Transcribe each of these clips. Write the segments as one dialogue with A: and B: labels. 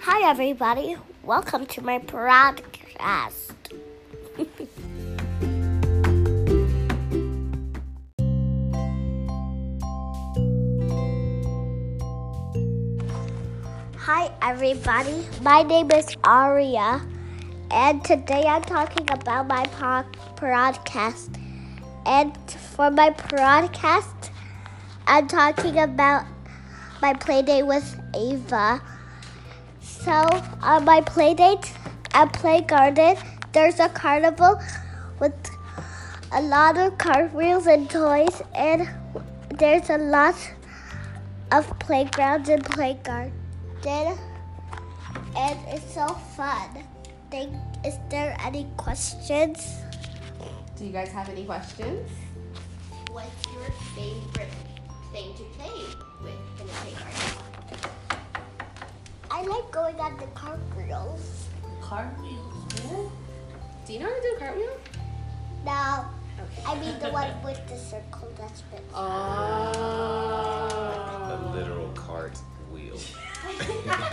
A: Hi, everybody. Welcome to my podcast. Hi, everybody. My name is Aria, and today I'm talking about my po- podcast. And for my podcast, I'm talking about my playdate with Ava. So on my playdate at Play Garden, there's a carnival with a lot of cartwheels and toys, and there's a lot of playgrounds and play garden, and it's so fun. Think, is there any questions?
B: Do you guys have any questions?
C: What's your favorite thing to play with in the playground?
A: I like going on the cartwheels.
B: Do you know how to do a cartwheel?
A: No, I mean the one with the circle that's been.
B: Oh.
D: A literal cart wheel.
B: Got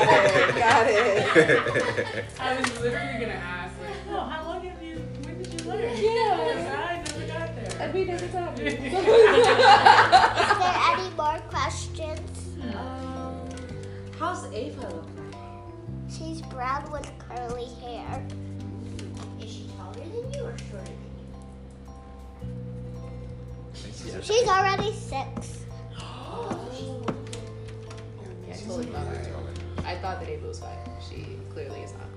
B: it. Got it.
E: I was literally gonna ask, like, oh, how long have you? When did you learn?
B: Yeah.
E: I never got there.
B: And we never taught you.
A: Is there any more questions?
B: um, how's Ava look like?
A: She's brown with curly hair.
C: Is she taller than you or shorter than you?
A: She's already six.
B: Yeah, I totally thought that. I thought that Ava was five. She clearly is not.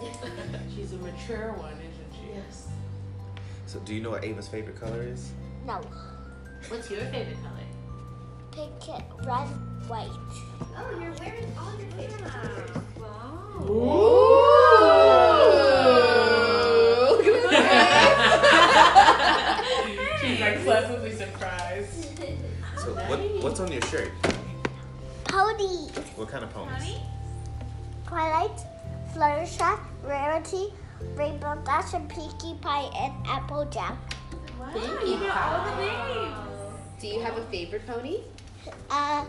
E: She's a mature one, isn't she?
C: Yes.
D: So, do you know what Ava's favorite color is?
A: No,
E: What's your favorite color?
A: pink, and red, white.
C: Oh, you're wearing all your favorite colors.
B: Ooh. Look at this.
E: She's like pleasantly surprised.
D: So, what, what's on your shirt?
A: Pony,
D: What kind of ponies?
A: Twilight, Fluttershy, Rarity, Rainbow Dash, and Pinkie Pie, and Applejack.
B: Do you have a favorite pony?
A: Uh,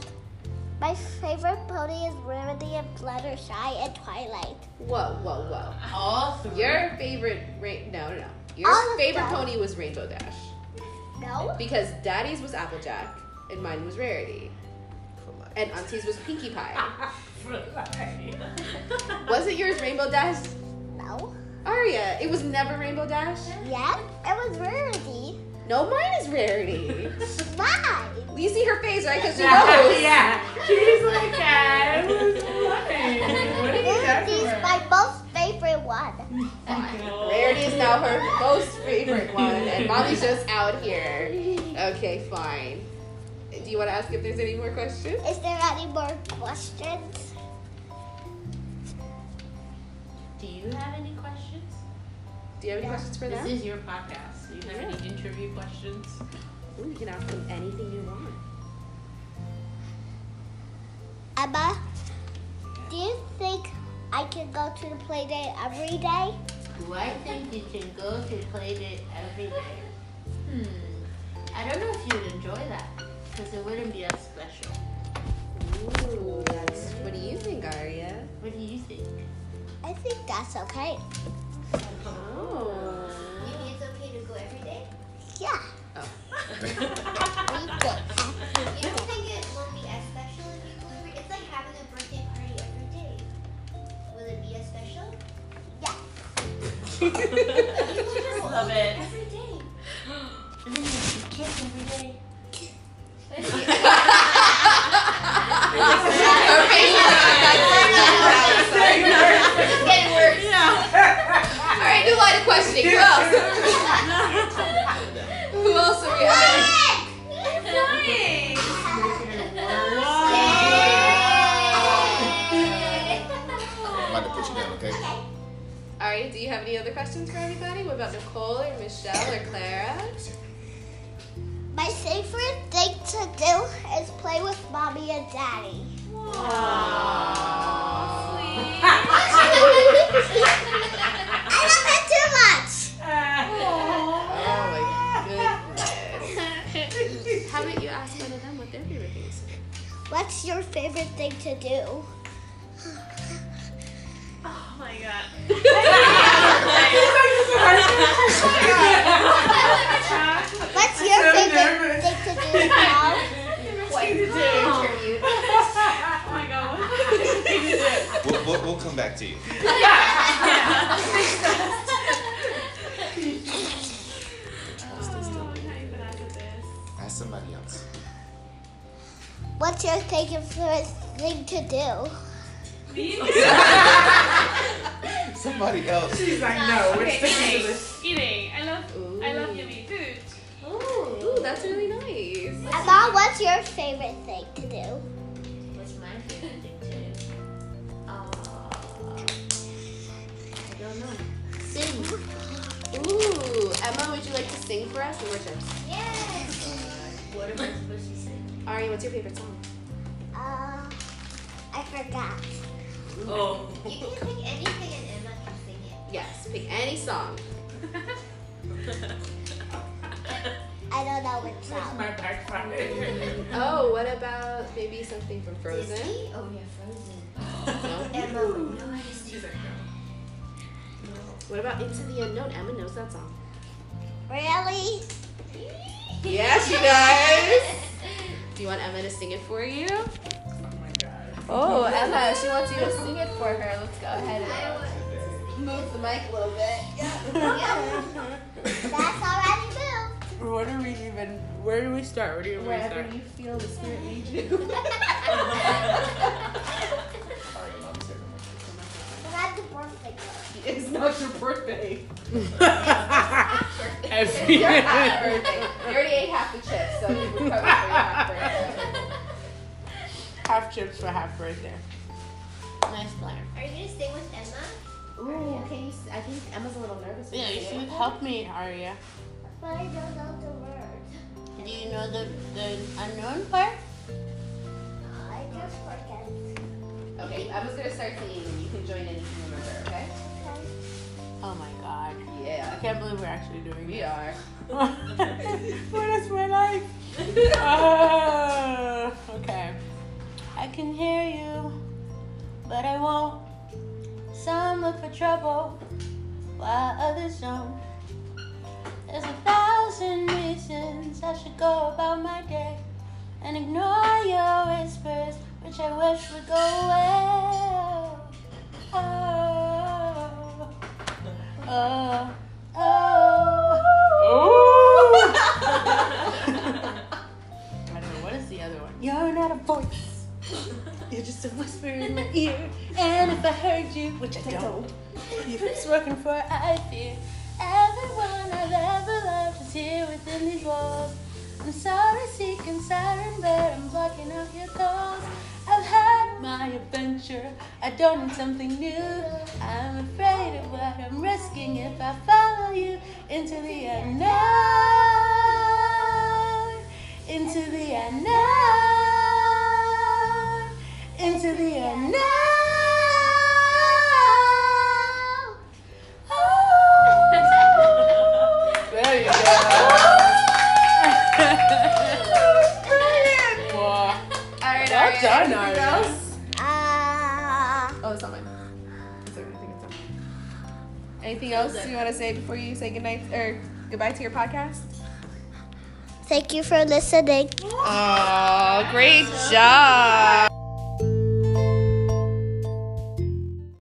A: my favorite pony is Rarity and Fluttershy and Twilight.
B: Whoa, whoa, whoa.
E: All three.
B: Your favorite rain? No, no, no. Your
A: All of
B: favorite
A: them.
B: pony was Rainbow Dash
A: No,
B: because Daddy's was Applejack and mine was Rarity and Auntie's was Pinkie Pie. Wasn't yours Rainbow Dash?
A: no.
B: Aria, it was never Rainbow Dash.
A: Yes, it was Rarity.
B: No, mine is Rarity.
A: Mine.
B: you see her face, right? Because she knows.
E: yeah. She's like that. It was funny. What are you
A: Rarity's
E: talking about?
A: my most favorite one.
B: Rarity is now her most favorite one, and Mommy's just out here. Okay, fine. Do you want to ask if there's any more questions?
A: Is there any more questions?
E: Do you have any questions?
B: Do you have any questions for
E: This
B: them?
E: is your podcast. Do you have any interview questions?
B: Ooh, you can ask them anything you want.
A: Emma, do you think I can go to the play day every day?
C: Do I think you can go to play date every day? Hmm. I don't know if you'd enjoy that because it wouldn't be as special.
B: Ooh, that's. What do you think, Aria?
C: What do you think?
A: I think that's okay.
B: Oh.
C: Maybe it's okay to go every day.
A: Yeah, we did.
C: You don't think it will be as special if you go every? It's like having a birthday party every day. Will it be as special?
A: Yeah,
E: Love it.
C: Every day.
B: Okay, that's It's getting worse. All right, new line of questioning. Who else? Who else are we at?
D: I'm about to put you down, okay?
B: All right, do you have any other questions for everybody? What about Nicole or Michelle or Clara?
A: my favorite thing to do is play with mommy and daddy. I love it too much.
B: Oh my goodness. How about you ask one of them what their favorite things
A: What's your favorite thing to do?
E: Oh
F: my god.
A: What's your
E: I'm so
A: favorite
E: nervous.
A: thing to do now?
B: Interview.
F: Oh my god. What the thing is it?
D: We'll, we'll, we'll come back to you.
F: Oh, I'm not even out of this.
D: Ask somebody else.
A: What's your favorite thing to do?
F: Me?
D: Somebody else.
E: She's like, no, we're
F: Okay,
E: sticking to
F: eating.
E: this.
F: Eating. I love I love yummy food.
B: Ooh, that's really nice.
A: Mom, what's your favorite thing to do?
C: What's my favorite thing to do? Uh, I don't know. Sing.
B: Ooh, Emma, would you like to sing for us, Your Worship?
A: Yes.
C: What am I supposed to sing?
B: Ari, what's your favorite song?
A: Uh, I forgot.
E: Oh.
A: You can pick anything and Emma can sing it.
B: Yes, pick any song.
A: I don't know which song.
E: My back pocket.
B: Oh, what about maybe something from Frozen?
A: Disney? Oh yeah,
B: No.
A: Frozen. Emma would know how to sing.
E: She's like, no.
B: What about Into the Unknown? Emma knows that song.
A: Really?
B: Yeah, she does. Do you want Emma to sing it for you?
E: Oh my god.
B: Oh, Emma, she wants you to sing it for her. Let's go ahead and move the mic a little bit.
A: That's already moved.
E: What are we even? Where do we start? Where do you even start?
B: Wherever you feel the spirit leads you.
D: All right, mom, say it.
A: That's the perfect one.
B: It's not your birthday.
E: Every
B: You're half birthday. You already ate half the chips, so you recovered for your half birthday.
E: half chips for half birthday.
C: Nice flower.
A: Are you gonna stay with Emma?
B: Ooh, can you? s- I think Emma's a little nervous.
C: Yeah, you should
E: Help me, Aria.
A: But I don't know the words.
C: Do you know the, the unknown part?
A: I just forget.
B: Okay, Emma's gonna start singing, and you can join in if you remember. Okay?
E: Oh my god. I
B: Yeah,
E: can't believe we're actually doing
B: we
E: it.
B: are.
E: what is my life? Oh, okay. I can hear you, but I won't. Some look for trouble, while others don't. There's a thousand reasons I should go about my day and ignore your whispers, which I wish would go away. Oh, oh, oh. I don't know, what is the other one? You're not a voice. You're just a whisper in my ear. And if I heard you, which I don't, if it's working for I fear. Everyone I've ever loved is here within these walls. I'm sorry, seeking siren, but I'm blocking out your calls. I've had my adventure. I don't need something new. I'm afraid of what I'm risking if I follow you into the unknown. Into the unknown. Into the unknown. Oh. There you go. Wow.
B: Alright,
E: Well
B: Ariana,
E: done,
B: anything
E: Ariana.
B: else?
A: Ah.
B: Oh, it's not mine. Is there anything? It's not mine. Anything else you want to say before you say goodnight or goodbye to your podcast?
A: Thank you for listening.
B: Oh, great job.